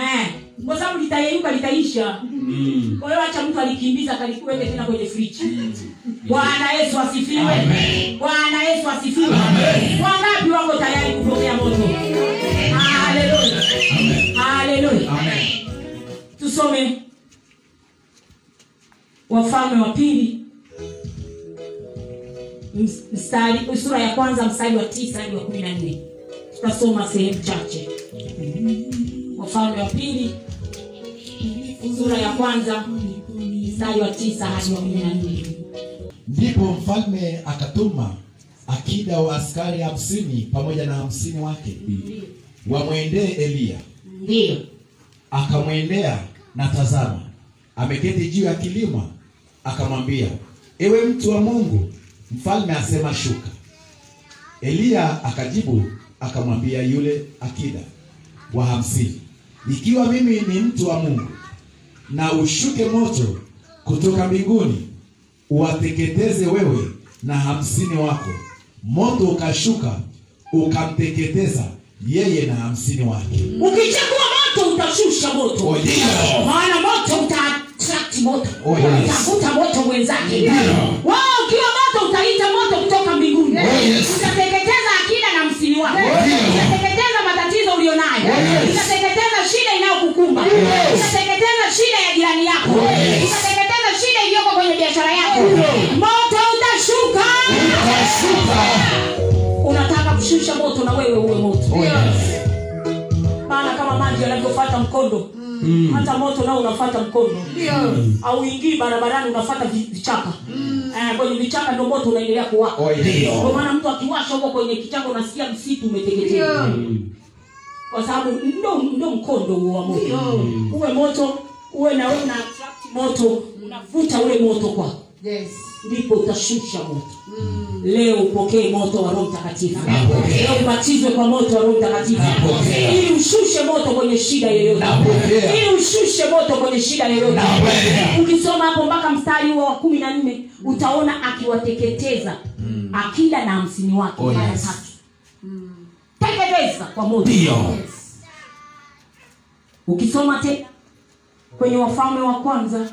A: eh, kwa sababu litayeyuka litaisha
C: Mm.
A: kwa hiyo acha mtu alikimbiza kalikuweke tena kwenye friji bwana yesu asifiwe bwana yesu asifiwe wangapi wako tayari kupokea moto haleluya haleluya
C: Amen.
A: tusome wafalme wa pili ms- mstari sura ya kwanza mstari wa tisa hadi wa kumi na nne tutasoma sehemu chache wafalme wa pili sura ya kwanza mstari wa tisa hadi wa kumi na nne
F: ndipo mfalme akatuma akida wa askari hamsini pamoja na hamsini wake wamwendee eliya
A: ndiyo
F: akamwendea na tazama ameketi juu ya kilima akamwambia ewe mtu wa mungu mfalme asema shuka eliya akajibu akamwambia yule akida wa hamsini ikiwa mimi ni mtu wa mungu na ushuke moto kutoka mbinguni uwateketeze wewe na hamsini wako moto ukashuka ukamteketeza yeye na hamsini wake
A: ukichagua moto utashusha moto
F: Oh, yeah.
A: maana moto uta attract moto
F: Oh, yes.
A: utavuta moto mwenzake
C: Yeah.
A: wao ukiwa moto utaita moto kutoka mbinguni
C: Oh, yes. Oh,
A: utateketeza akida na msini wako
C: Yeah. Oh,
A: utateketeza matatizo ulionayo
C: yes. Oh,
A: utateketeza shida inayokukumba
C: Yes. Oh,
A: utateketeza shida ya jirani yako
C: Yes. Oh,
A: utateketeza shida iliyoko kwenye biashara yako
C: Yeah.
A: moto utashuka
C: Utashuka.
A: unataka kushusha moto na wewe uwe moto
C: Oh, yes.
A: maana kama maji yanavyofata mkondo hata moto nao unafata mkondo auingii barabarani unafata vi- vichaka Eh, kwenye vichaka ndo moto unaendelea kuwaka
F: Oh, yes.
A: Ndio maana mtu akiwasha huko kwenye kichaka unasikia msitu umeteketea kwa sababu ndo, ndo mkondo huo wa moto uwe moto uwe na uwe na attract moto unavuta ule moto kwako
B: Yes.
A: ndipo utashusha moto leo upokee moto wa roho mtakatifu
F: Mm. Napokea.
A: leo ubatizwe kwa moto wa roho mtakatifu
F: Napokea.
A: ili ushushe moto kwenye shida yoyote
F: Napokea.
A: ili ushushe moto kwenye shida yoyote
F: Napokea.
A: ukisoma hapo mpaka mstari huo wa kumi na nne utaona akiwateketeza akida na hamsini wake
F: Mm. Oh,
A: mara
F: yes. Mm.
A: tatu teketeza kwa moto
F: ndio
A: ukisoma tena kwenye wafalme wa kwanza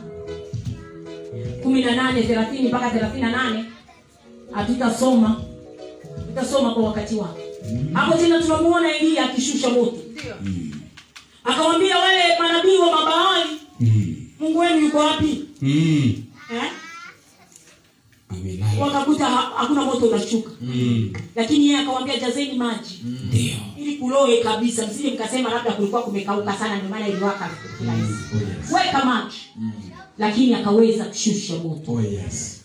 A: kumi na nane thelathini mpaka thelathini na nane hatutasoma tutasoma kwa wakati wake hapo tena tunamuona eliya akishusha moto akawambia wale manabii wa mabaali
C: Mm.
A: mungu wenu yuko wapi
C: Mm.
A: eh?
C: Amina.
A: wakakuta ha- hakuna moto unashuka
C: Mm.
A: lakini yeye akawambia jazeni maji
C: Ndio.
A: ili kuloe kabisa msije mkasema labda kulikuwa kumekauka sana ndio maana iliwaka kirahisi
F: Oh, yes.
A: weka maji lakini akaweza kushusha moto
F: Oh, yes.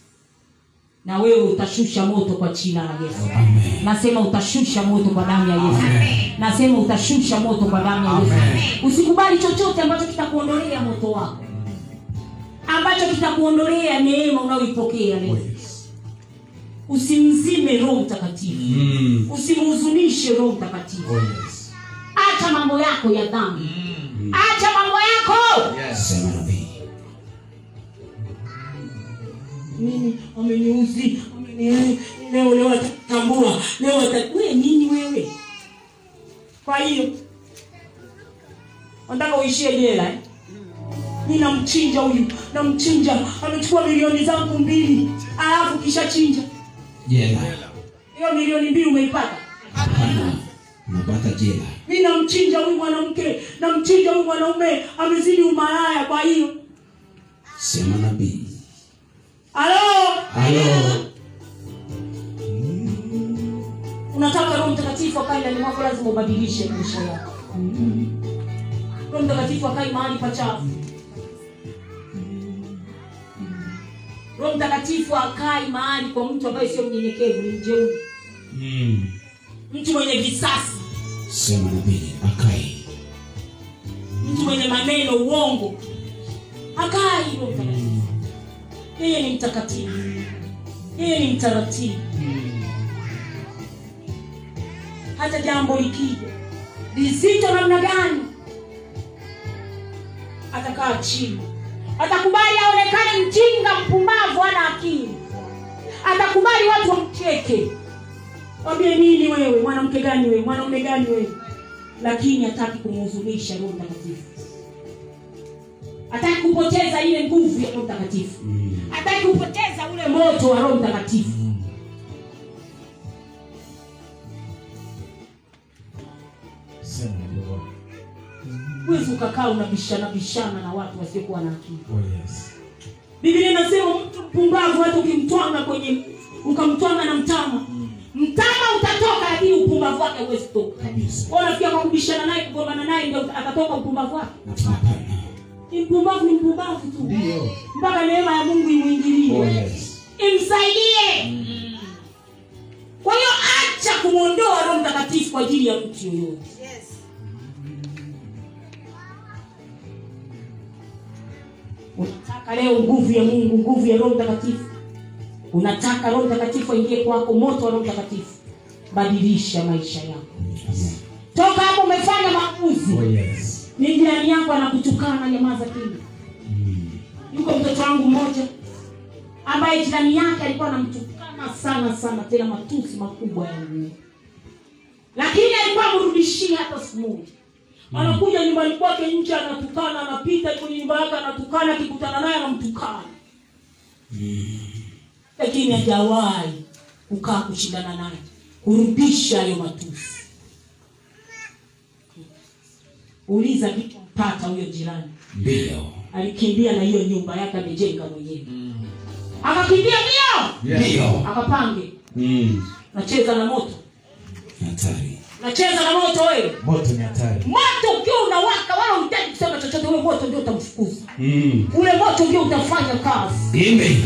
A: na wewe utashusha moto kwa jina la yesu
C: Amen.
A: nasema utashusha moto kwa damu ya yesu
C: Amen.
A: nasema utashusha moto kwa damu ya yesu
C: Amen.
A: usikubali chochote ambacho kitakuondolea moto wako ambacho kitakuondolea neema unayoipokea leo
F: Oh, yes.
A: usimzime roho mtakatifu
C: Mm.
A: usimhuzunishe roho mtakatifu
F: Oh, yes. Mm.
A: acha mambo yako ya dhambi acha mambo yako
F: Yes.
C: Sema nabii.
A: mimi ameniuzi ameni- leo leo atatambua leo ata- we nini wewe kwa hiyo nataka uishie jela eh? mi namchinja huyu namchinja amechukua milioni zangu mbili alafu kisha chinja
C: Jela.
A: hiyo milioni mbili umeipata
C: Hapana. Unapata jela.
A: mi namchinja huyu mwanamke namchinja huyu mwanaume amezidi umalaya kwa hiyo
C: Sema nabii.
A: halo
C: Halo.
A: unataka roho mtakatifu akae ndani mwako lazima ubadilishe maisha yako roho mtakatifu akae mahali pachafu roho mtakatifu akae mahali kwa mtu ambaye sio mnyenyekevu ni mjeuri
C: Mm.
A: mtu mwenye visasi
C: Sema nabii. Akai.
A: mtu mwenye maneno uongo akae roho mtakatifu yeye ni mtakatifu yeye ni mtaratibu hata jambo likija lizito namna gani atakaa chini atakubali aonekane mjinga mpumbavu hana akili atakubali watu wamcheke wambie nini wewe mwanamke gani wewe mwanaume gani wewe lakini hataki kumhuzunisha roho mtakatifu hataki kupoteza ile nguvu ya roho mtakatifu
C: Mm.
A: hataki kupoteza ule moto wa roho mtakatifu
F: Sema Lord.
A: huwezi ukakaa unabishana bishana na watu wasiokuwa na akili
F: Oh, yes.
A: biblia inasema mtu mpumbavu hata ukimtwanga kwenye ukamtwanga na mtama mtama utatoka lakini upumbavu wake huwezi kutoka
C: Kabisa.
A: Wewe unafikia kwa kubishana naye kugombana naye ndio akatoka upumbavu wake
C: Hapana.
A: ni mpumbavu ni mpumbavu tu
F: Ndio.
A: mpaka neema ya mungu imwingilie
F: Oh, yes. Mm.
A: imsaidie kwa hiyo acha kumwondoa roho mtakatifu kwa ajili ya mtu yoyote unataka leo nguvu ya mungu nguvu ya roho mtakatifu unataka roho mtakatifu aingie kwako moto wa roho mtakatifu badilisha maisha yako toka hapo umefanya maamuzi
F: Oh, yes.
A: ni jirani yako anakutukana nyamaza kimya yuko mtoto wangu mmoja ambaye jirani yake alikuwa anamtukana sana sana tena matusi makubwa ya Mungu. lakini alikuwa amrudishia hata siku moja anakuja nyumbani kwake nje anatukana anapita kwenye nyumba yake anatukana akikutana naye anamtukana lakini hajawahi kukaa kushindana naye kurudisha hayo matusi uliza kilichompata huyo jirani
C: Ndio.
A: alikimbia na hiyo nyumba yake amejenga mwenyewe akakimbia mbio
C: Ndio.
A: akapange
C: Mm.
A: nacheza na moto
C: Hatari.
A: nacheza na moto wewe
F: Moto ni hatari.
A: moto ukiwa unawaka wala utaki kusema chochote ule moto ndio utamfukuza
C: Mm.
A: ule moto ndio utafanya kazi
C: Amen.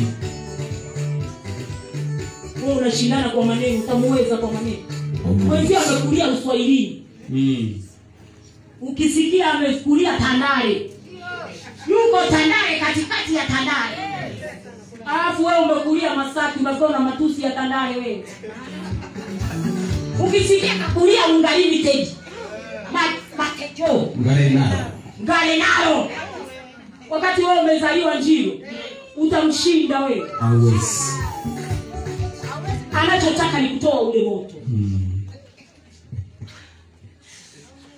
A: we unashindana kwa maneno utamuweza kwa maneno
C: Amen.
A: mwenzio amekulia uswahilini
C: Mm.
A: ukisikia amekulia tandare yuko tandare katikati ya tandare alafu wewe umekulia masaki unakuwa na matusi ya tandale wewe ukisikia kakulia ungalimited makejo
C: Ngale nalo.
A: ngale nalo wakati wewe umezaliwa njiro utamshinda wewe
C: Always.
A: anachotaka ni kutoa ule moto
C: Mm.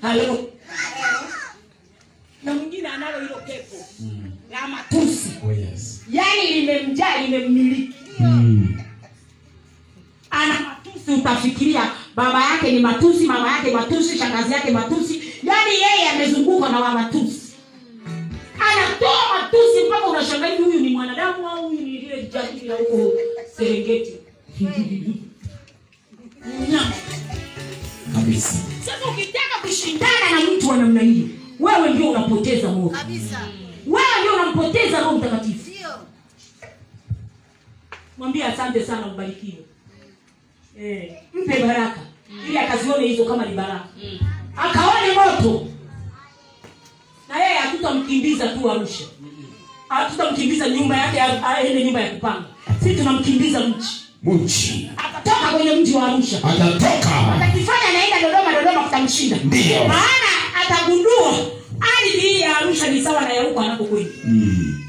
A: halo na mwingine analo hilo pepo la matusi
C: Oh yes.
A: yaani limemjaa limemmiliki
C: Mm.
A: ana matusi utafikiria baba yake ni matusi mama yake matusi shangazi yake matusi yaani yeye amezungukwa na wamatusi anatoa matusi mpaka unashangaa hivi huyu ni mwanadamu au huyu ni lile jajili la huko serengeti Mnyama.
C: Kabisa.
A: sasa ukitaka kushindana na mtu wa namna hii wewe ndio unapoteza moto wewe ndio unampoteza roho mtakatifu mwambie asante sana ubarikiwe eh, mpe baraka ili akazione hizo kama ni baraka akaone moto na yeye hatutamkimbiza tu arusha hatutamkimbiza nyumba yake aende nyumba ya kupanga si tunamkimbiza mchi
C: Muchi.
A: akatoka kwenye mji wa arusha
C: Atatoka.
A: atakifanya anaenda dodoma dodoma kutamshinda
C: Ndio.
A: maana atagundua ardhi hii ya arusha ni sawa na ya huko anapokwenda
C: Mm.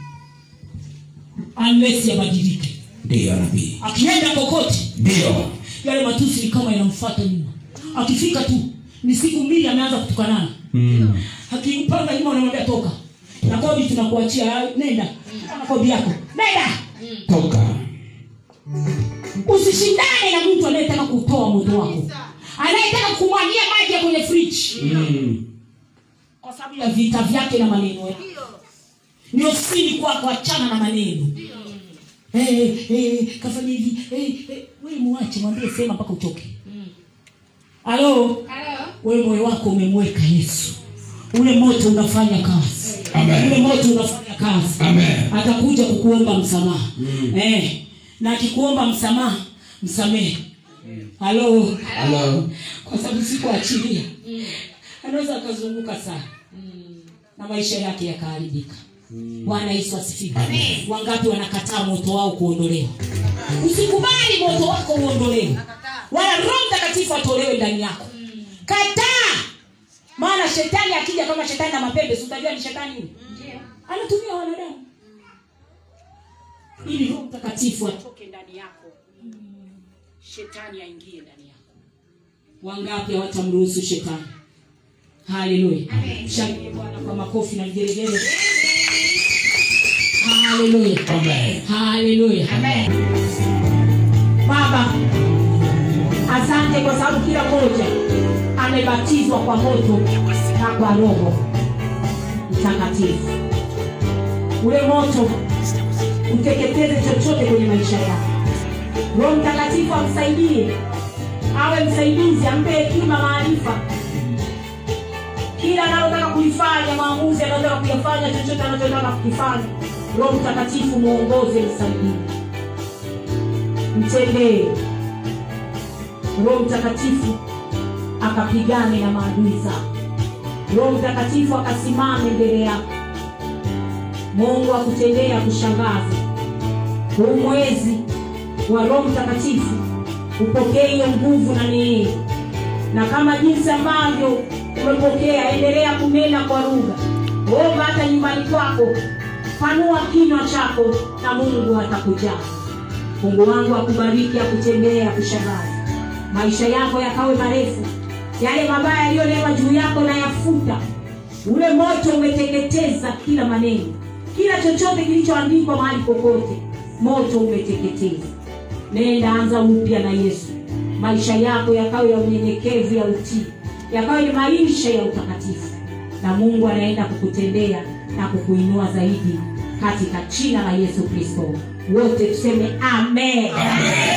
G: unless yabadilike
C: Ndio nabii.
G: akienda kokote
C: Ndio.
G: yale matusi ni kama yanamfuata nyuma akifika tu ni siku mbili ameanza kutukanana
C: Mm.
G: akipanga nyuma unamwambia toka nakobi tunakuachia "Ah, nenda nakobi yako nenda
C: Toka.
G: usishindane na mtu anayetaka kutoa moto wako anayetaka kumwagia maji ya kwenye friji
C: Mm.
G: kwa sababu ya vita vyake na maneno yake ni ofisini kwako achana na maneno Eh, eh, kafanya hivi eh, eh, we mwache mwambie sema mpaka utoke halo we moyo wako umemweka yesu ule moto unafanya kazi
C: Amen.
G: ule moto unafanya kazi
C: Amen. Hmm.
G: atakuja kukuomba msamaha eh, na akikuomba msamaha msamehe
C: Hmm.
G: halo
C: Hello.
G: kwa sababu sikuachilia anaweza akazunguka sana na maisha yake yakaharibika bwana yesu asifika wangapi wanakataa moto wao kuondolewa usikubali moto wako uondolewe wala roho mtakatifu atolewe ndani yako kataa maana shetani akija kama shetani na mapembe si utajua ni shetani huyu? anatumia wanadamu ili roho mtakatifu atoke ndani yako shetani aingie ndani yako wangapi hawatamruhusu shetani haleluya shangilie bwana kwa makofi na vigelegele haleluya
C: Amen.
G: haleluya
A: baba asante kwa sababu kila mmoja amebatizwa kwa moto na kwa roho mtakatifu ule moto uteketeze chochote kwenye maisha yako roho mtakatifu amsaidie awe msaidizi ampe hekima maarifa kila anayotaka kuifanya maamuzi anayotaka kuyafanya chochote anachotaka kukifanya roho mtakatifu mwongoze msaidie mtendee roho mtakatifu akapigane na maadui zako roho mtakatifu akasimame mbele yako mungu akutendee ya kushangaza huu mwezi wa roho mtakatifu upokee hiyo nguvu na neema na kama jinsi ambavyo umepokea endelea kunena kwa lugha omba hata nyumbani kwako panua kinywa chako na mungu atakujaa mungu wangu akubariki akutembee akushangaze maisha yako yakawe marefu yale mabaya yaliyolewa juu yako na yafuta ule moto umeteketeza kila maneno kila chochote kilichoandikwa mahali popote moto umeteketeza nenda anza upya na yesu maisha yako yakawe ya unyenyekevu ya utii yakawe ni maisha ya utakatifu na mungu anaenda kukutendea na kukuinua zaidi katika jina la yesu kristo wote tuseme amen, amen.